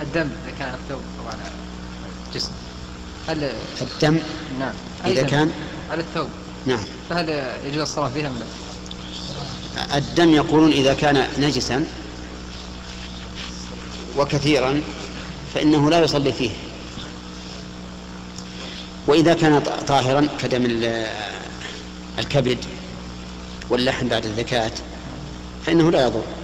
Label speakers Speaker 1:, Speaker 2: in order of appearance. Speaker 1: الدم إذا كان الثوب أو على الجسم هل
Speaker 2: الدم
Speaker 1: نعم أي
Speaker 2: إذا
Speaker 1: دم؟
Speaker 2: كان
Speaker 1: على الثوب
Speaker 2: نعم
Speaker 1: فهل يجوز الصلاة فيه أم لا؟
Speaker 2: الدم يقولون إذا كان نجسا وكثيرا فإنه لا يصلي فيه وإذا كان ط- طاهرا كدم ال- الكبد واللحم بعد الزكاة فإنه لا يضر